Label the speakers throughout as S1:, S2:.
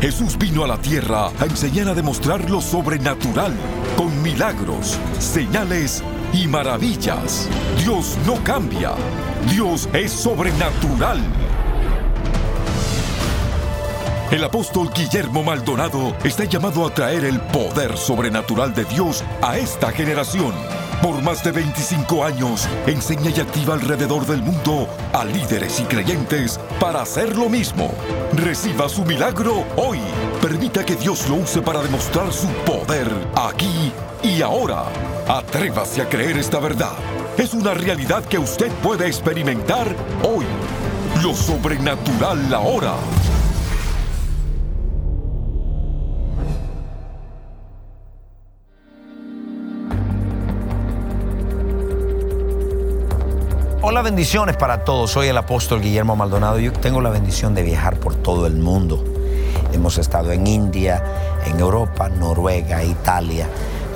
S1: Jesús vino a la tierra a enseñar a demostrar lo sobrenatural, con milagros, señales y maravillas. Dios no cambia, Dios es sobrenatural. El apóstol Guillermo Maldonado está llamado a traer el poder sobrenatural de Dios a esta generación. Por más de 25 años, enseña y activa alrededor del mundo a líderes y creyentes para hacer lo mismo. Reciba su milagro hoy. Permita que Dios lo use para demostrar su poder aquí y ahora. Atrévase a creer esta verdad. Es una realidad que usted puede experimentar hoy. Lo sobrenatural ahora.
S2: Hola, bendiciones para todos. Soy el apóstol Guillermo Maldonado. Yo tengo la bendición de viajar por todo el mundo. Hemos estado en India, en Europa, Noruega, Italia.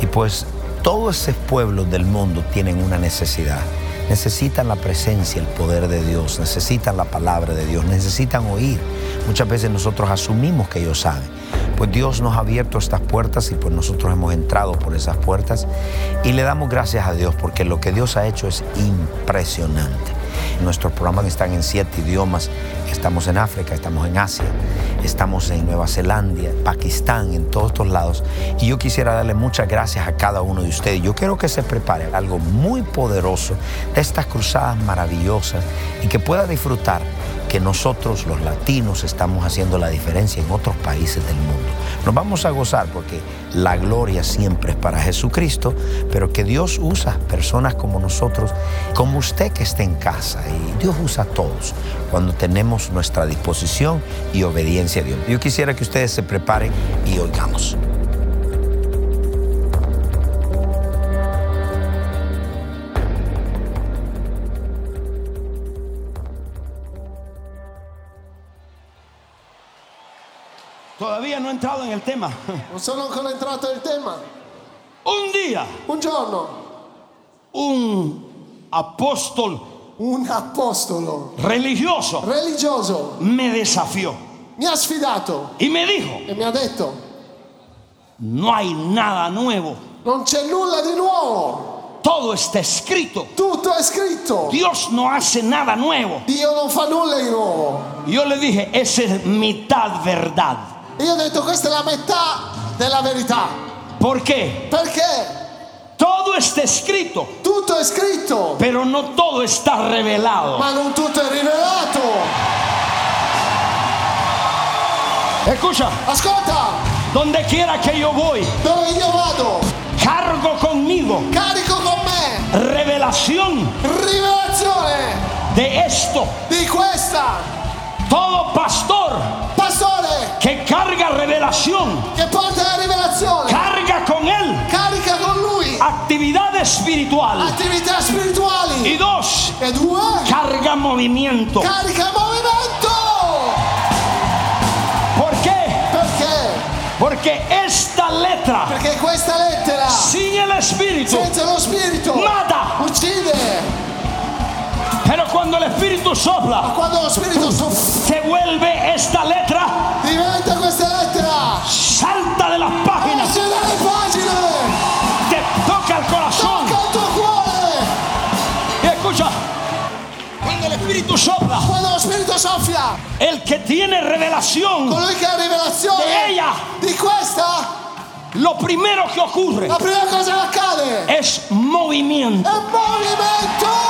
S2: Y pues todos esos pueblos del mundo tienen una necesidad. Necesitan la presencia, el poder de Dios, necesitan la palabra de Dios, necesitan oír. Muchas veces nosotros asumimos que ellos saben. Pues Dios nos ha abierto estas puertas y pues nosotros hemos entrado por esas puertas y le damos gracias a Dios porque lo que Dios ha hecho es impresionante. Nuestros programas están en siete idiomas. Estamos en África, estamos en Asia, estamos en Nueva Zelanda, Pakistán, en todos estos lados. Y yo quisiera darle muchas gracias a cada uno de ustedes. Yo quiero que se prepare algo muy poderoso de estas cruzadas maravillosas y que pueda disfrutar que nosotros los latinos estamos haciendo la diferencia en otros países del mundo. Nos vamos a gozar porque la gloria siempre es para Jesucristo, pero que Dios usa personas como nosotros, como usted que está en casa. Y Dios usa a todos cuando tenemos nuestra disposición y obediencia a Dios. Yo quisiera que ustedes se preparen y oigamos.
S3: Todavía no he entrado en el tema.
S4: Non sono ancora entrato nel tema.
S3: Un día,
S4: Un giorno
S3: un apóstol
S4: un apostolo
S3: religioso
S4: religioso
S3: me desafió
S4: mi ha sfidato
S3: y me dijo,
S4: e mi ha detto
S3: no hay nada nuevo,
S4: non c'è nulla di nuovo,
S3: todo está escrito.
S4: tutto è scritto,
S3: Dios no hace nada nuevo.
S4: Dio non fa nulla di nuovo.
S3: Y Yo le dije, esa es mitad verdad.
S4: E Io ho detto questa è la metà della verità,
S3: ¿Por qué?
S4: perché
S3: Todo está escrito,
S4: tutto è scritto,
S3: pero no todo está revelado.
S4: ma non tutto è rivelato.
S3: Escucha,
S4: Ascolta,
S3: donde quiera que yo voy,
S4: dove io vado,
S3: cargo conmigo
S4: carico con me
S3: revelación
S4: rivelazione
S3: de esto.
S4: di questa.
S3: Todo pastor
S4: Pastore
S3: que carga revelación,
S4: che porta la rivelazione,
S3: carga con él
S4: carica con lui
S3: actividad espiritual.
S4: attività spirituali.
S3: Y dos,
S4: E due,
S3: carga movimiento.
S4: carica movimento!
S3: ¿Por qué?
S4: Perché?
S3: Porque esta letra
S4: Perché questa lettera,
S3: sin el espíritu
S4: senza lo spirito,
S3: mata.
S4: uccide.
S3: Pero cuando el espíritu sopla,
S4: Quando lo spirito soff-
S3: se vuelve esta letra,
S4: diventa questa lettera,
S3: salta de las páginas,
S4: esce dalle pagine,
S3: te toca el corazón.
S4: tocca il tuo cuore.
S3: Y escucha, cuando el espíritu sopla,
S4: Quando lo spirito soffia,
S3: el que tiene revelación,
S4: colui che ha rivelazione
S3: De ella.
S4: di questa,
S3: lo primero que ocurre
S4: la prima cosa che accade
S3: es movimiento.
S4: è movimento.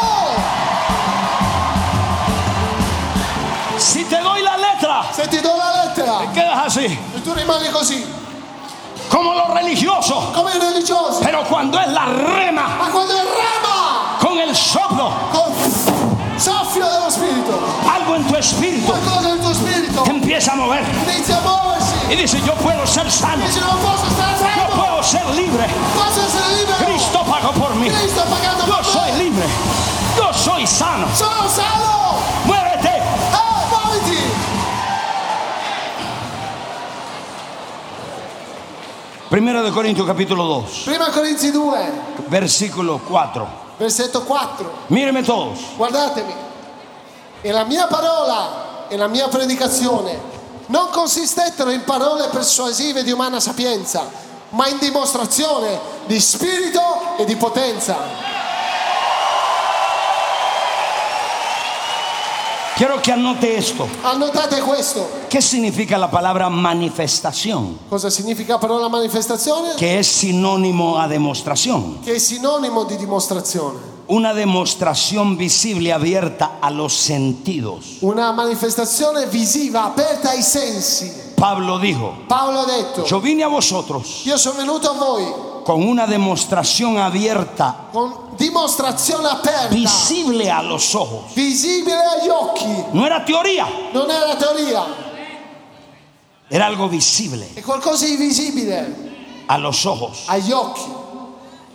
S3: Si te doy la letra,
S4: Se ti do la lettera
S3: quedas así,
S4: e tu rimani così,
S3: como los religiosos.
S4: come i religiosi,
S3: Pero cuando es la rema
S4: ma quando è rama,
S3: con el soplo,
S4: col soffio dello spirito.
S3: algo en tu espíritu
S4: qualcosa nel tuo spirito
S3: te empieza a mover
S4: inizia a muoversi
S3: y dice: Yo puedo ser sano,
S4: dice non posso stare
S3: yo
S4: fermo
S3: puedo ser libre.
S4: posso essere libero
S3: Cristo pagó por mí.
S4: Cristo ha pagato
S3: Yo
S4: per
S3: soy
S4: me
S3: libre, yo soy sano.
S4: sono sano
S3: Muévete.
S4: eh muoviti
S3: Primero de Corintios capítulo 2,
S4: prima Corinzi 2
S3: versículo 4.
S4: versetto 4
S3: Míreme todos.
S4: guardatemi e la mia parola e la mia predicazione non consistettero in parole persuasive di umana sapienza, ma in dimostrazione di spirito e di potenza.
S3: Quiero que anote esto.
S4: Annotate questo.
S3: ¿Qué significa la palabra manifestación?
S4: Cosa significa però la manifestazione?
S3: Que es sinónimo a demostración.
S4: Che è sinonimo di dimostrazione.
S3: Una demostración visible abierta a los sentidos.
S4: Una manifestazione visiva, aperta ai sensi.
S3: Pablo dijo,
S4: Paolo ha detto,
S3: yo vine a vosotros
S4: io sono venuto a voi
S3: con una demostración abierta,
S4: con dimostrazione aperta,
S3: visible a los ojos.
S4: visibile agli occhi.
S3: No era teoría,
S4: Non è una teoria,
S3: era algo visible
S4: è qualcosa di visibile
S3: a los ojos.
S4: agli occhi.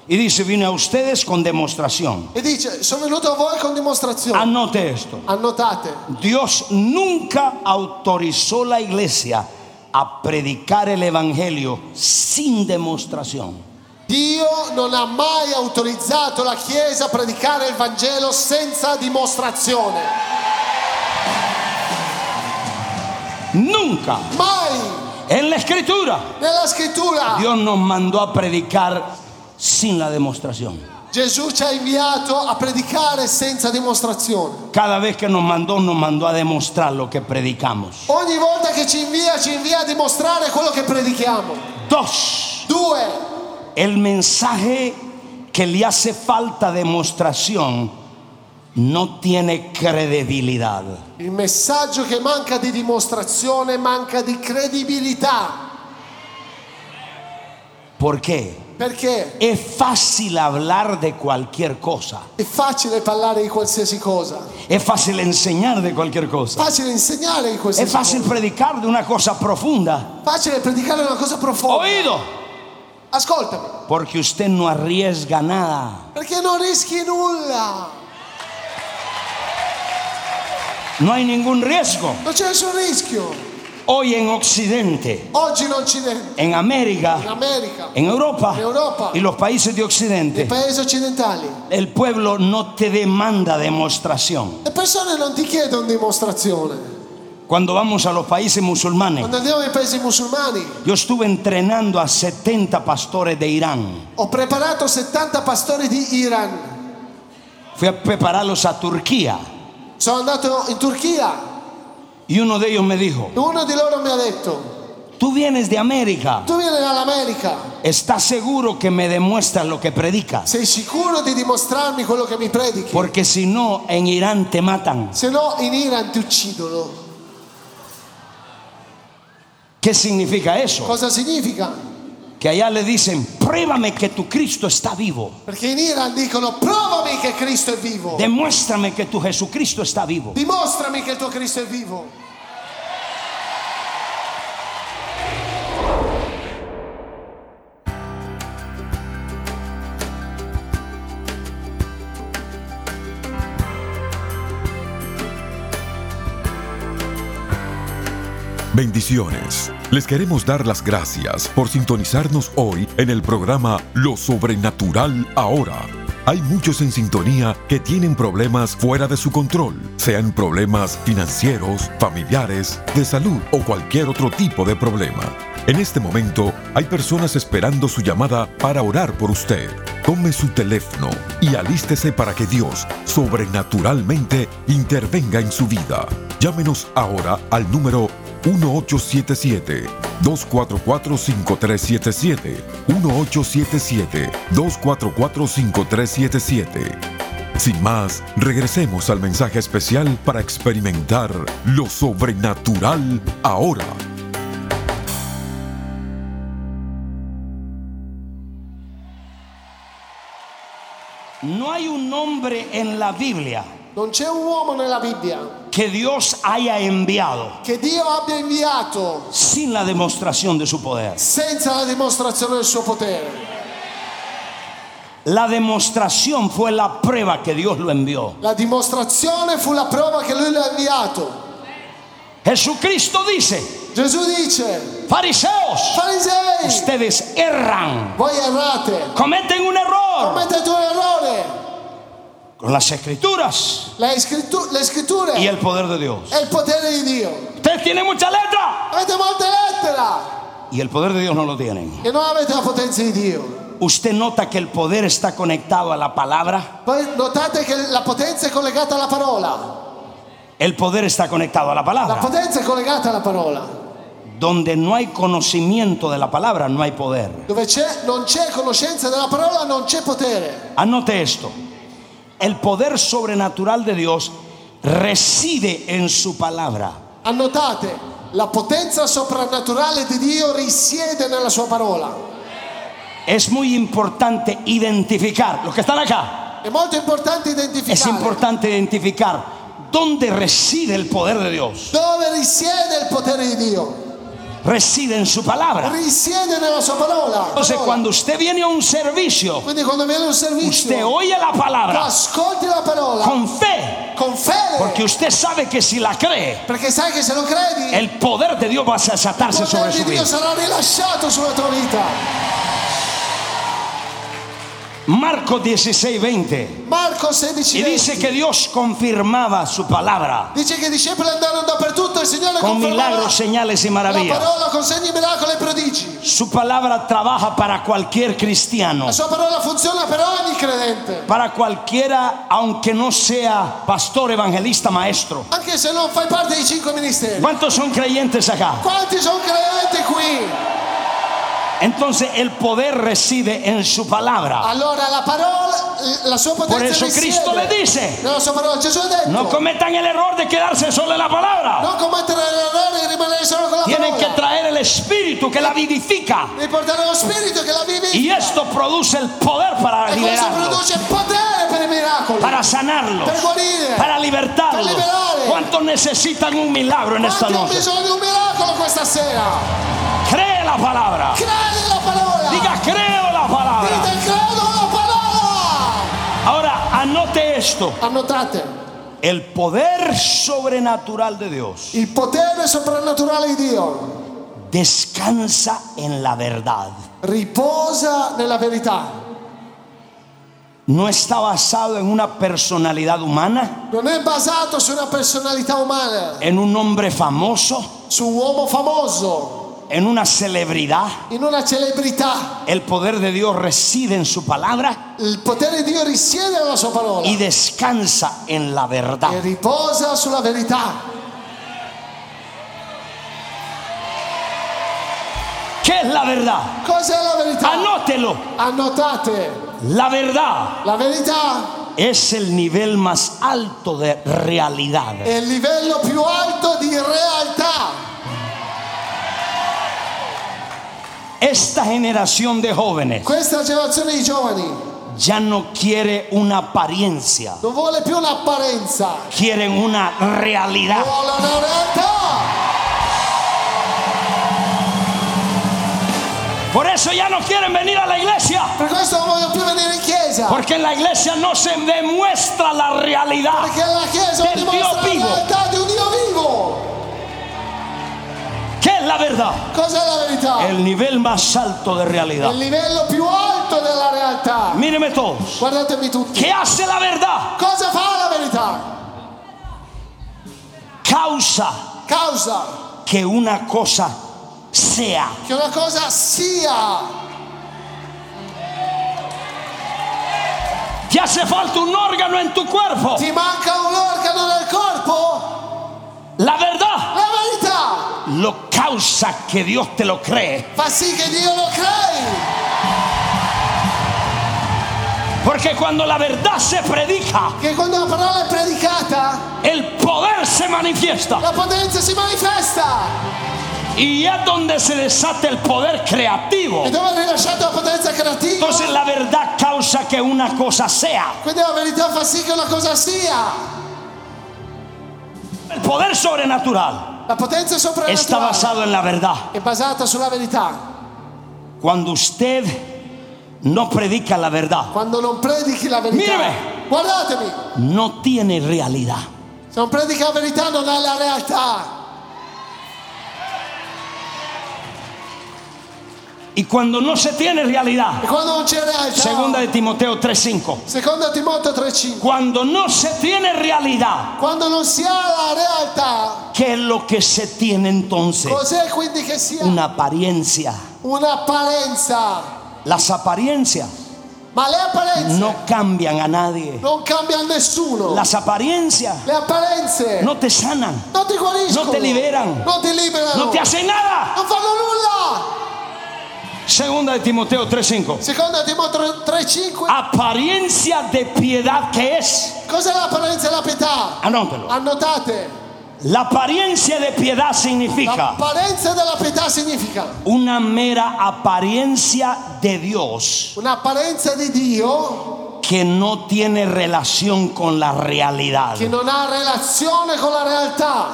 S3: Y dice, vine a ustedes con demostración.
S4: E dice, sono venuto a voi con dimostrazione.
S3: Anote esto.
S4: Annotate,
S3: Dios nunca autorizó la iglesia a predicar el Evangelio sin demostración.
S4: Dio non ha mai autorizzato la Chiesa a predicare il Vangelo senza dimostrazione.
S3: Nunca.
S4: Mai
S3: En la escritura,
S4: nella scrittura
S3: Dios nos mandó a predicar sin la demostración.
S4: Gesù ci ha inviato a predicare senza dimostrazione.
S3: Cada vez que nos mandó, nos mandó a demostrar lo que predicamos.
S4: Ogni volta che ci invia, ci invia a dimostrare quello che predichiamo.
S3: Dos,
S4: Due,
S3: el mensaje que le hace falta demostración no tiene credibilidad.
S4: il messaggio che manca di dimostrazione manca di credibilità.
S3: ¿Por qué?
S4: Perché
S3: Es fácil hablar de cualquier cosa.
S4: è facile parlare di qualsiasi cosa,
S3: Es fácil enseñar de cualquier
S4: è
S3: cosa.
S4: facile insegnare di
S3: Es
S4: qualsiasi
S3: fácil
S4: cosa,
S3: predicar de una cosa profunda.
S4: è facile predicare una cosa profonda.
S3: Oído.
S4: Ascoltami,
S3: Porque usted no arriesga nada.
S4: perché non rischi nulla,
S3: No hay ningún riesgo.
S4: non c'è nessun rischio.
S3: Hoy en Occidente,
S4: Oggi in Occidente,
S3: en
S4: in
S3: América,
S4: America,
S3: en Europa,
S4: En Europa.
S3: y los países de
S4: nei
S3: Occidente,
S4: paesi occidentali,
S3: el pueblo no te demanda demostración.
S4: le persone non ti chiedono dimostrazione.
S3: Cuando vamos a los países musulmanes,
S4: Quando andiamo nei paesi musulmani,
S3: yo estuve entrenando a 70 pastores de Irán.
S4: ho preparato 70 pastori di Iran.
S3: Fui a prepararlos a Turquía
S4: Sono andato in Turchia
S3: y uno de ellos me dijo,
S4: e uno di loro mi ha detto,
S3: tú vienes de América,
S4: tu vieni dall'America,
S3: ¿estás seguro que me demuestras lo que predicas?
S4: sei sicuro di dimostrarmi quello che mi predichi?
S3: Porque si no, en Irán te matan.
S4: Se no in Iran ti uccidono.
S3: ¿Qué significa eso?
S4: Cosa significa?
S3: Que allá le dicen, pruébame que tu Cristo está vivo.
S4: Perché in Iran dicono provami che Cristo è vivo,
S3: Demuéstrame que tu Jesucristo está vivo.
S4: dimostrami che il tuo Cristo è vivo.
S1: Bendiciones. Les queremos dar las gracias por sintonizarnos hoy en el programa Lo Sobrenatural Ahora. Hay muchos en sintonía que tienen problemas fuera de su control, sean problemas financieros, familiares, de salud o cualquier otro tipo de problema. En este momento hay personas esperando su llamada para orar por usted. Tome su teléfono y alístese para que Dios sobrenaturalmente intervenga en su vida. Llámenos ahora al número 1877-244-5377. 1877-244-5377. Sin más, regresemos al mensaje especial para experimentar lo sobrenatural ahora.
S3: No hay un hombre en la Biblia
S4: Non c'è un uomo nella Bibbia
S3: que Dios haya enviado
S4: che Dio abbia inviato
S3: sin la demostración de su poder.
S4: senza la dimostrazione del suo potere.
S3: La demostración fue la prueba que Dios lo envió.
S4: La dimostrazione fu la prova che lui l'ha inviato.
S3: Jesucristo dice,
S4: Gesù dice,
S3: fariseos,
S4: farisei,
S3: ustedes erran,
S4: voi errate,
S3: cometen un error.
S4: commettete un errore.
S3: con las escrituras
S4: le, scrittu- le scritture
S3: y el poder de Dios.
S4: e il potere di Dio.
S3: Ustedes tienen mucha letra
S4: Avete molte lettere
S3: y el poder de Dios no lo tienen.
S4: e non avete la potenza di Dio.
S3: Usted nota que el poder está conectado a la palabra.
S4: Poi notate che la potenza è collegata alla parola.
S3: El poder está conectado a la
S4: La
S3: palabra.
S4: potenza è collegata alla parola.
S3: Donde no hay conocimiento de la palabra, no hay poder.
S4: Dove c'è, non c'è conoscenza della parola, non c'è potere.
S3: Anote esto. El poder sobrenatural de Dios reside en su palabra.
S4: Annotate, la potenza soprannaturale di Dio risiede nella sua parola.
S3: Es muy importante identificar, los que están acá,
S4: È molto importante
S3: es
S4: identificare
S3: importante identificar dónde reside el poder de Dios.
S4: dove risiede il potere di Dio.
S3: Reside en su palabra.
S4: Risiede nella sua parola.
S3: Entonces,
S4: Parola.
S3: cuando usted viene a un servicio,
S4: Quindi quando viene un
S3: usted
S4: servizio,
S3: oye la
S4: tu
S3: palabra
S4: ascolti la parola
S3: con fe,
S4: con fede.
S3: porque usted sabe que si la cree,
S4: Perché sai che se lo credi, il
S3: el poder de Dios va a desatarse sobre
S4: potere di
S3: su vida.
S4: Dio sarà rilasciato sulla tua vita.
S3: Marco 16, 20.
S4: Marco 16
S3: Y dice que Dios confirmaba su palabra
S4: Dice che i discepoli andarono dappertutto e il Signore
S3: con
S4: confermava
S3: milagros, señales y
S4: la
S3: maravillas.
S4: parola con segni, miracoli e prodigi.
S3: Su palabra trabaja para cualquier cristiano,
S4: La sua parola funziona per ogni credente.
S3: para cualquiera, aunque no sea pastor, evangelista, maestro.
S4: Anche se non fai parte dei cinque ministeri.
S3: ¿Cuántos son creyentes acá?
S4: Quanti sono credenti qui?
S3: Entonces el poder reside en su palabra.
S4: Allora la parola, la sua potenza
S3: Por eso
S4: risiede
S3: Cristo le dice,
S4: Nella sua parola Gesù ha detto,
S3: no cometan el error de quedarse solo en la palabra.
S4: non commettere l'errore di rimanere solo con la
S3: Tienen que
S4: parola.
S3: traer el espíritu que la vivifica.
S4: Devi portare lo spirito che la vivi.
S3: Y esto produce el poder para
S4: E questo
S3: liberarlo,
S4: produce potere per i miracoli,
S3: para sanarlo.
S4: per guarire.
S3: para libertarlos.
S4: Para liberar.
S3: ¿Cuántos necesitan un milagro en esta
S4: Quanti hanno
S3: noche?
S4: bisogno di un miracolo questa sera?
S3: Cree la palabra.
S4: Credi nella parola.
S3: Diga, creo la palabra.
S4: Dite credo nella parola.
S3: Ahora, anote esto.
S4: Annotate,
S3: El poder sobrenatural de Dios
S4: il potere soprannaturale di Dio
S3: descansa en la verdad.
S4: riposa nella verità.
S3: No está basado en una personalidad humana,
S4: Non è basato su una personalità umana,
S3: en un hombre famoso,
S4: su un uomo famoso,
S3: en una celebridad.
S4: in una celebrità.
S3: El poder de Dios reside en su palabra
S4: Il potere di Dio risiede nella sua parola
S3: y descansa en la
S4: e
S3: verdad.
S4: riposa sulla verità.
S3: ¿Qué es la verdad?
S4: Cos'è la verità?
S3: Anótelo.
S4: Annotate,
S3: La verdad
S4: la verità
S3: es el nivel más alto de realidad.
S4: è il livello più alto di realtà.
S3: Esta generación de jóvenes
S4: Questa generazione di giovani
S3: ya no quiere una apariencia,
S4: non vuole più un'apparenza,
S3: quieren una realidad.
S4: vuole una realtà.
S3: Por eso ya no quieren venir a la iglesia,
S4: Per questo non voglio più venire in chiesa.
S3: porque en la iglesia no se demuestra la realidad.
S4: Perché la chiesa
S3: Del
S4: non dimostra
S3: Dio
S4: la
S3: vivo.
S4: realtà di un Dio vivo.
S3: ¿Qué es la verdad?
S4: Cos'è la verità?
S3: El nivel más alto de
S4: È
S3: realidad.
S4: il livello più alto della realtà.
S3: Míreme todos.
S4: Guardatemi tutti.
S3: ¿Qué hace la verdad?
S4: Cosa fa la verità?
S3: Causa
S4: Causa
S3: que una cosa sea.
S4: che una cosa sia.
S3: ¿Te hace falta un órgano en tu cuerpo?
S4: Ti manca un organo nel corpo?
S3: La verdad
S4: La verità
S3: lo causa que Dios te lo cree.
S4: fa sì che Dio lo crei.
S3: Porque cuando la verdad se predica,
S4: Che quando la parola è predicata,
S3: el poder se manifiesta.
S4: la potenza si manifesta.
S3: Y es donde se desata el poder creativo.
S4: E dove è rilasciata la potenza creativa?
S3: Entonces la verdad causa que una cosa sea.
S4: Quindi la verità fa sì che una cosa sia.
S3: El poder sobrenatural
S4: La potenza
S3: está
S4: soprannaturale
S3: basado en la verdad.
S4: è basata sulla verità.
S3: Cuando usted no predica la verdad,
S4: Quando non predichi la verità,
S3: Mírame.
S4: guardatemi,
S3: no tiene realidad.
S4: se non predichi la verità non hai la realtà.
S3: Y cuando no se tiene realidad,
S4: E quando non c'è realtà,
S3: segunda de Timoteo 3:5,
S4: secondo Timoteo 3:5,
S3: cuando no se tiene realidad,
S4: quando non si ha la realtà,
S3: ¿qué es lo que se tiene entonces?
S4: cos'è quindi che sia?
S3: Una apparenza.
S4: Un'apparenza.
S3: Las apariencias
S4: Ma le apparenze
S3: no cambian a nadie.
S4: non cambiano nessuno.
S3: Las apariencias
S4: Le apparenze
S3: no te sanan,
S4: non ti guariscono.
S3: non ti liberano.
S4: Non ti liberano.
S3: no te hacen nada.
S4: Non fanno nulla.
S3: Segunda de Timoteo 3:5.
S4: Secondo Timoteo
S3: Ah.
S4: 3:5,
S3: Apariencia de piedad que es.
S4: cos'è l'apparenza e la pietà?
S3: Anótalo.
S4: Annotate.
S3: La apariencia de piedad significa
S4: L'apparenza della pietà significa
S3: una mera apariencia de Dios
S4: un'apparenza di Dio
S3: que no tiene relación con la realidad.
S4: che non ha relazione con la realtà.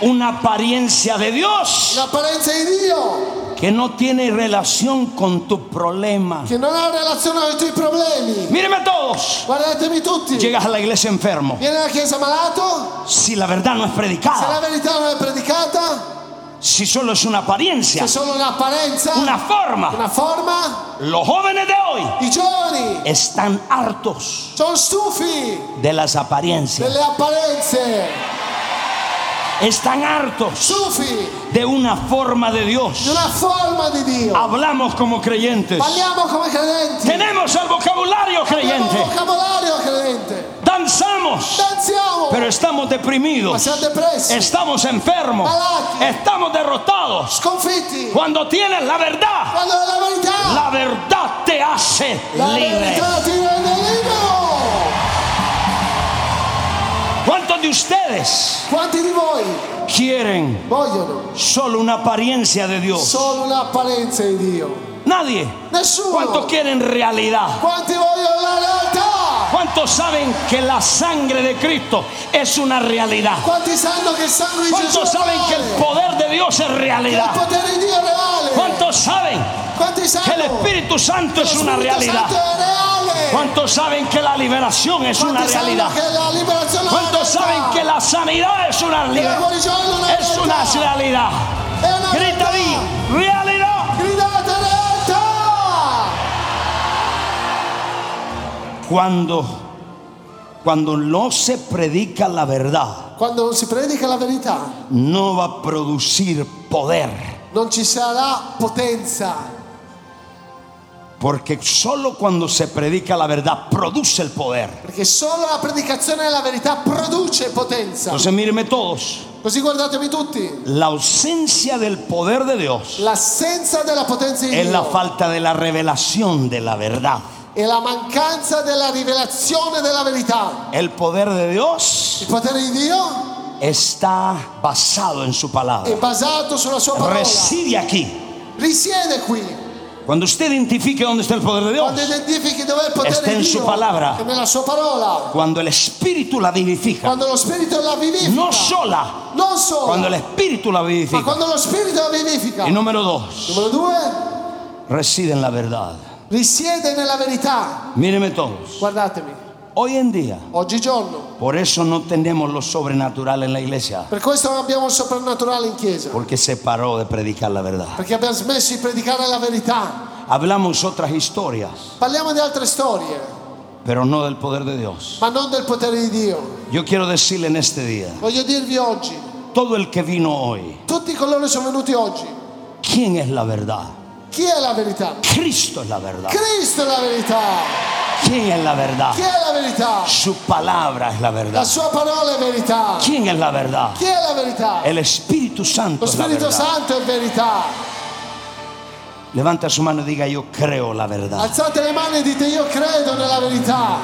S3: Una apariencia de Dios
S4: L'apparenza di Dio
S3: que no tiene relación con tu problema.
S4: che non ha relazione con i tuoi problemi.
S3: Míreme todos.
S4: Guardatemi tutti.
S3: Llegas a la iglesia enfermo.
S4: Vieni alla chiesa malato,
S3: Si la verdad no es
S4: se la
S3: predicada,
S4: verità non è predicata,
S3: si solo es una apariencia,
S4: c'è solo un'apparenza,
S3: una forma.
S4: una forma.
S3: Los jóvenes de hoy
S4: I giovani
S3: están hartos
S4: sono stufi
S3: de las apariencias.
S4: delle apparenze,
S3: Están hartos
S4: stufi
S3: de una forma de Dios.
S4: di una forma di
S3: Ah.
S4: Dio.
S3: Hablamos como creyentes.
S4: Parliamo come credenti,
S3: Tenemos el vocabulario
S4: abbiamo
S3: creyente.
S4: un vocabolario credente,
S3: Danzamos,
S4: danziamo,
S3: pero estamos
S4: ma
S3: deprimidos.
S4: siamo depressi,
S3: Estamos enfermos. Estamos derrotados.
S4: sconfitti.
S3: Cuando tienes la verdad,
S4: Quando è la verità,
S3: la verdad te hace
S4: La
S3: libre.
S4: verità ti rende libero!
S3: ¿Cuántos de ustedes
S4: Quanti di voi
S3: quieren
S4: vogliono
S3: solo una apariencia de Dios?
S4: solo un'apparenza di Dio?
S3: Nadie. ¿Cuántos
S4: Nessuno!
S3: quieren realidad?
S4: Quanti vogliono la realtà?
S3: ¿Cuántos saben que la sangre de Cristo es una realidad?
S4: Quanti sanno che il sangue di Gesù
S3: ¿Cuántos
S4: è
S3: saben que el
S4: reale?
S3: poder de Dios es
S4: Che il
S3: realidad?
S4: potere di Dio è reale?
S3: ¿Cuántos saben
S4: Quanti
S3: que el
S4: sanno che
S3: Espíritu Santo
S4: lo
S3: es una
S4: Spirito
S3: realidad?
S4: Santo è reale?
S3: ¿Cuántos saben que la liberación es una
S4: Quanti sanno
S3: realidad?
S4: che la liberazione è
S3: ¿Cuántos saben que la sanidad es una
S4: che la
S3: realidad?
S4: guarigione non è
S3: Es una
S4: realtà?
S3: realidad.
S4: È una
S3: Grita
S4: realtà!
S3: di realidad.
S4: Gridate realtà!
S3: Cuando, cuando no se predica la verdad,
S4: Quando non si predica la verità,
S3: no va a producir poder.
S4: non ci sarà potenza.
S3: Porque solo cuando se predica la verdad produce el poder.
S4: Perché solo la predicazione della verità produce potenza.
S3: Entonces mírenme todos.
S4: Così guardatemi tutti.
S3: La ausencia del poder de Dios
S4: L'assenza della potenza di
S3: es la
S4: Dio
S3: falta de la revelación de la verdad.
S4: e la mancanza della rivelazione della verità.
S3: El poder de Dios
S4: Il potere di Dio
S3: está basado en su
S4: è
S3: palabra.
S4: basato sulla sua parola.
S3: Reside aquí.
S4: Risiede qui.
S3: Cuando usted identifique dónde está el poder de
S4: Quando
S3: Dios,
S4: identifichi dove è il
S3: Sta
S4: potere
S3: in
S4: di
S3: sua
S4: Dio
S3: palabra.
S4: è nella sua parola.
S3: cuando el Espíritu la vivifica,
S4: Quando lo spirito la vivifica.
S3: no sola,
S4: Non solo.
S3: cuando el Espíritu la
S4: Ma
S3: vivifica.
S4: quando lo spirito la vivifica.
S3: Y número dos,
S4: Numero due.
S3: reside en la verdad.
S4: Risiede nella verità.
S3: Míreme todos.
S4: Guardatemi.
S3: Hoy en día,
S4: Oggigiorno.
S3: por eso no tenemos lo sobrenatural en la iglesia,
S4: Per questo non abbiamo il soprannaturale in chiesa.
S3: porque se paró de predicar la verdad.
S4: Perché abbiamo smesso di predicare la verità.
S3: Hablamos otras historias,
S4: Parliamo di altre storie,
S3: pero no del poder de Dios.
S4: ma non del potere di Dio.
S3: Yo quiero decirle en este día,
S4: Voglio dirvi oggi,
S3: todo el que vino hoy,
S4: tutti coloro che sono venuti oggi,
S3: ¿quién es la verdad?
S4: chi è la verità?
S3: Cristo es la verdad.
S4: Cristo è la verità.
S3: ¿Quién es la verdad?
S4: Chi è la verità?
S3: Su palabra es la
S4: La
S3: verdad.
S4: sua parola è verità.
S3: ¿Quién es la verdad?
S4: Chi è la verità?
S3: El Espíritu Santo
S4: Lo
S3: es la
S4: Spirito
S3: verdad.
S4: Santo è verità.
S3: Levanta su mano y diga yo creo la verdad.
S4: Alzate le mani e dite io credo nella verità.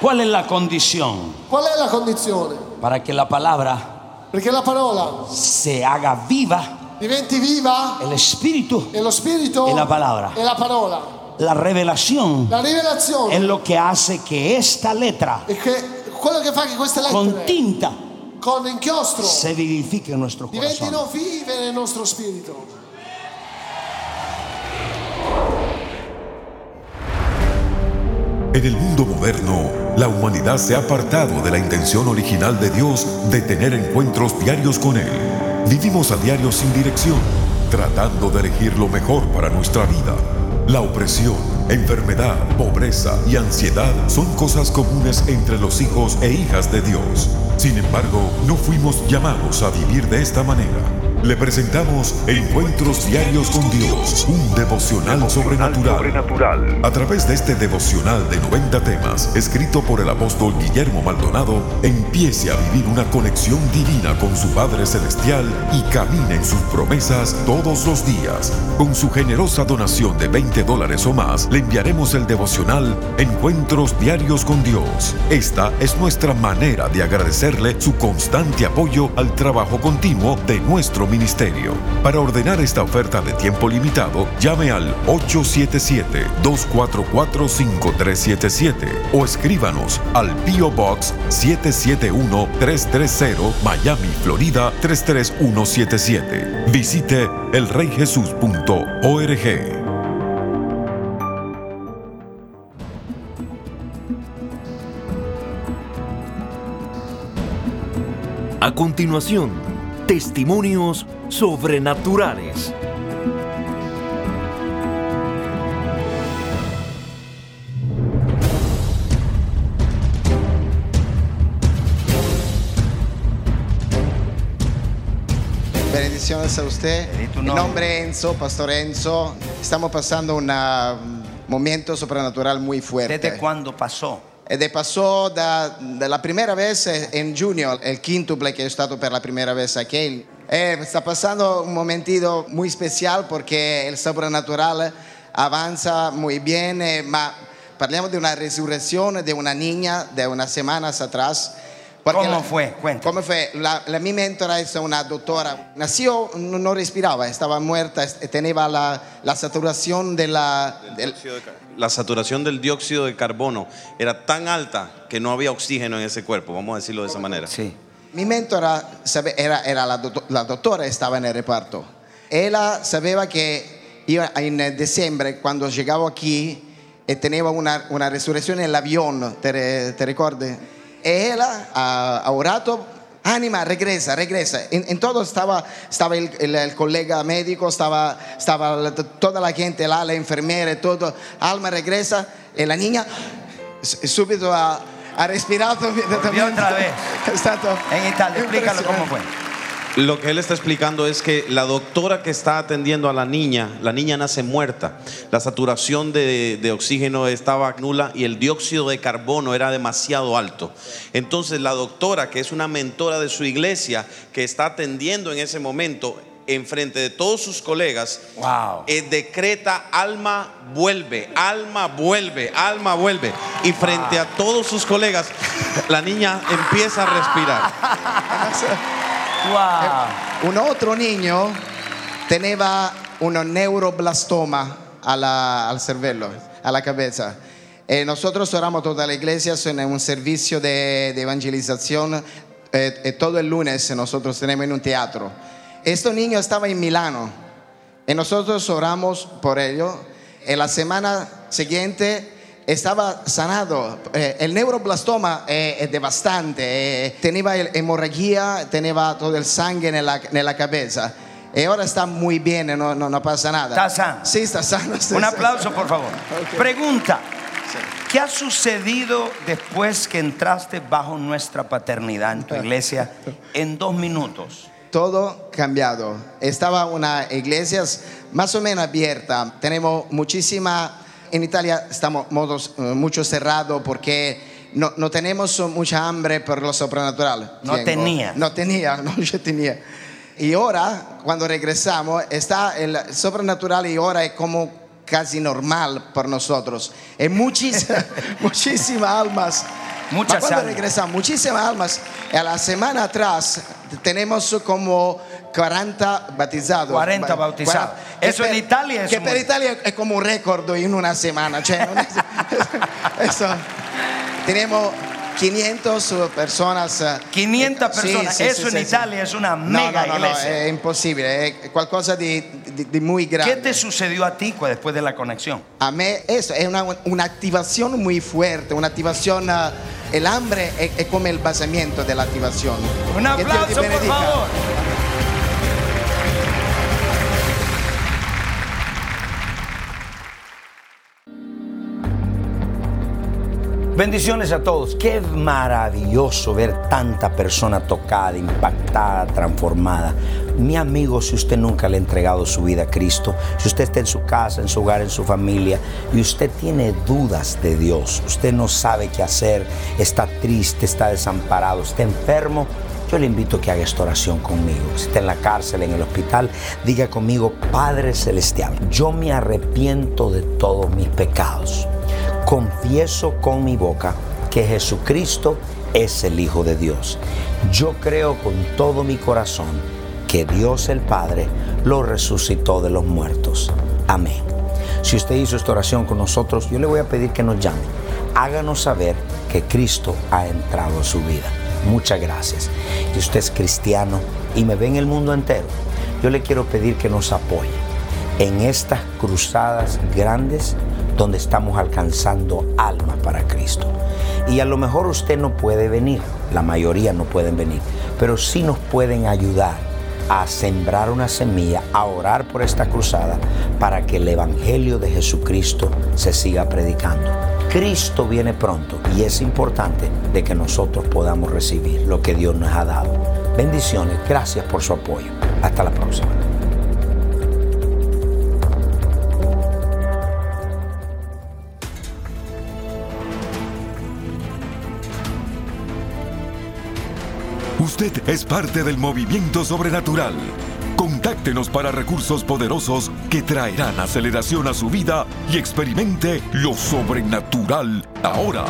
S3: ¿Cuál es la condición
S4: Qual è la condizione?
S3: para que la palabra
S4: Perché la parola
S3: se haga viva?
S4: diventi viva
S3: El Espíritu,
S4: e lo Spirito
S3: E la parola.
S4: e la parola.
S3: la revelación,
S4: La rivelazione
S3: es lo que hace que esta letra
S4: è che quello che fa che queste
S3: con
S4: lettere
S3: tinta
S4: con inchiostro
S3: se vivifique en nuestro corazón.
S4: diventino vive nel nostro spirito.
S1: En el mundo moderno, la humanidad se ha apartado de la intención original de Dios de tener encuentros diarios con Él. Vivimos a diario sin dirección, tratando de elegir lo mejor para nuestra vida. La opresión, enfermedad, pobreza y ansiedad son cosas comunes entre los hijos e hijas de Dios. Sin embargo, no fuimos llamados a vivir de esta manera. Le presentamos Encuentros Diarios con Dios, un devocional sobrenatural. A través de este devocional de 90 temas, escrito por el apóstol Guillermo Maldonado, empiece a vivir una conexión divina con su Padre Celestial y camine en sus promesas todos los días. Con su generosa donación de 20 dólares o más, le enviaremos el devocional Encuentros Diarios con Dios. Esta es nuestra manera de agradecerle su constante apoyo al trabajo continuo de nuestro ministerio. Para ordenar esta oferta de tiempo limitado, llame al 877-244-5377 o escríbanos al PO Box 771-330 Miami, Florida 33177. Visite elreyjesus.org.
S5: A continuación, testimonios sobrenaturales.
S6: Bendiciones a usted. Mi nombre es Enzo, Pastor Enzo. Estamos pasando un ah, momento sobrenatural muy fuerte.
S3: ¿Desde cuándo pasó?
S6: Ed è passato Eh, da, dalla prima vez eh, in giugno, il quintuple che è stato per la prima vez qui. E sta passando un momentito molto speciale perché il soprannaturale avanza molto bene, ma parliamo di una resurrezione di una niña di una settimana atrás.
S3: ¿Cómo
S6: la-
S3: fue? Cuenta.
S6: ¿Cómo fue? La, la- mi mentora es una doctora. Nació, no, no respiraba, estaba muerta, es- tenía la, la saturación de la, del-
S7: La saturación del dióxido de carbono era tan alta que no había oxígeno en ese cuerpo, vamos a decirlo de esa manera.
S3: Sí.
S6: Mi mentora sabe- era, era la, dotto- la doctora, estaba en el reparto. Ella sabía que iba en diciembre, cuando llegaba aquí, eh, tenía una, una resurrección en el avión, ¿te, re- te recuerdas? Y ella ha, ha orado, ánima, regresa, regresa. En, en todo estaba, estaba el, el- el colega médico, estaba, estaba la- toda la gente la, la enfermera, todo. Alma regresa, y la niña s- subito ha, ha respirado.
S3: Volvió otra vez.
S6: È stato
S3: En Italia, explícalo cómo fue.
S7: Lo que él está explicando es que la doctora que está atendiendo a la niña, la niña nace muerta, la saturación de, de oxígeno estaba nula y el dióxido de carbono era demasiado alto. Entonces la doctora, que es una mentora de su iglesia, que está atendiendo en ese momento, enfrente de todos sus colegas,
S3: Wow.
S7: eh, decreta alma vuelve, alma vuelve, alma vuelve. Y frente a todos sus colegas, la niña empieza a respirar.
S3: Wow.
S6: Un altro niño teneva un neuroblastoma alla- al cervello, alla cabeza. E nosotros oramos toda la iglesia en un servicio de, de evangelización. eh, eh, todo el lunes nosotros tenemos en un teatro. Este niño estaba en Milano. Y nosotros oramos por ello. En la semana siguiente estaba sanado. Eh, el neuroblastoma eh, es devastante. Eh, tenía el- hemorragia, tenía todo el sangre en la, en la cabeza. Y ahora está muy bien, no, no, no pasa nada.
S3: Está sano.
S6: Sí, está sano. sí,
S3: Un
S6: sí.
S3: aplauso, por favor.
S6: Ok.
S3: Pregunta. ¿Qué ha sucedido después que entraste bajo nuestra paternidad en
S6: Ah.
S3: tu iglesia en dos minutos?
S6: todo cambiado. Estaba una iglesia más o menos abierta. Tenemos muchísima, en Italia estamos modos, eh, mucho cerrado porque no, no tenemos mucha hambre por lo sobrenatural.
S3: No tenía.
S6: No tenía, no yo tenía. Y ahora, cuando regresamos, está el sobrenatural y ahora es como casi normal para nosotros. Es muchísimas, muchísimas almas.
S3: Muchas
S6: Ma cuando
S3: almas.
S6: regresamos, muchísimas almas. A la semana atrás tenemos como 40 bautizados.
S3: 40 bautizados. Eso
S6: que
S3: en
S6: per-
S3: Italia es
S6: Que
S3: un-
S6: per Italia es como un récord en una semana. cioè, non è- eso. Tenemos 500 personas. eh,
S3: 500
S6: sì,
S3: personas.
S6: sì,
S3: Eso
S6: sì,
S3: en
S6: sì,
S3: Italia
S6: sì.
S3: es una
S6: No,
S3: mega
S6: no, eh, no, no,
S3: iglesia.
S6: è imposible, è qualcosa di, di- di muy grande.
S3: ¿Qué te sucedió a ti cu- después de la conexión?
S6: A mí eso es una, una activación muy fuerte, una activación, ah, el hambre es, es como el basamiento de la activación.
S3: Un
S6: Que Dios te
S3: aplauso, por
S6: bendiga.
S3: favor.
S2: Bendiciones a todos. Qué maravilloso ver tanta persona tocada, impactada, transformada. Mi amigo, si usted nunca le ha entregado su vida a Cristo, si usted está en su casa, en su hogar, en su familia, y usted tiene dudas de Dios, usted no sabe qué hacer, está triste, está desamparado, está enfermo, yo le invito a que haga esta oración conmigo. Si está en la cárcel, en el hospital, diga conmigo, Padre Celestial, yo me arrepiento de todos mis pecados. Confieso con mi boca que Jesucristo es el Hijo de Dios. Yo creo con todo mi corazón que Dios el Padre lo resucitó de los muertos. Amén. Si usted hizo esta oración con nosotros, yo le voy a pedir que nos llame. Háganos saber que Cristo ha entrado en su vida. Muchas gracias. Si usted es cristiano y me ve en el mundo entero, yo le quiero pedir que nos apoye en estas cruzadas grandes donde estamos alcanzando almas para Cristo. Y a lo mejor usted no puede venir, la mayoría no pueden venir, pero sí nos pueden ayudar a sembrar una semilla, a orar por esta cruzada para que el Evangelio de Jesucristo se siga predicando. Cristo viene pronto y es importante de que nosotros podamos recibir lo que Dios nos ha dado. Bendiciones, gracias por su apoyo. Hasta la próxima.
S1: Usted es parte del movimiento sobrenatural. Contáctenos para recursos poderosos que traerán aceleración a su vida y experimente lo sobrenatural ahora.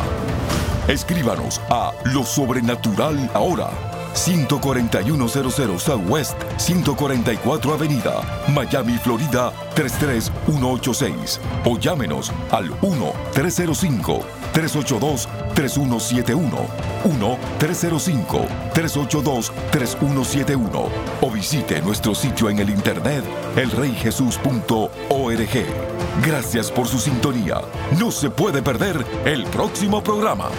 S1: Escríbanos a lo sobrenatural ahora. 14100 Southwest 144 Avenida, Miami, Florida 33186 o llámenos al 1 305 382 3171 1 305 382 3171 o visite nuestro sitio en el internet elreyjesus.org. Gracias por su sintonía. No se puede perder el próximo programa.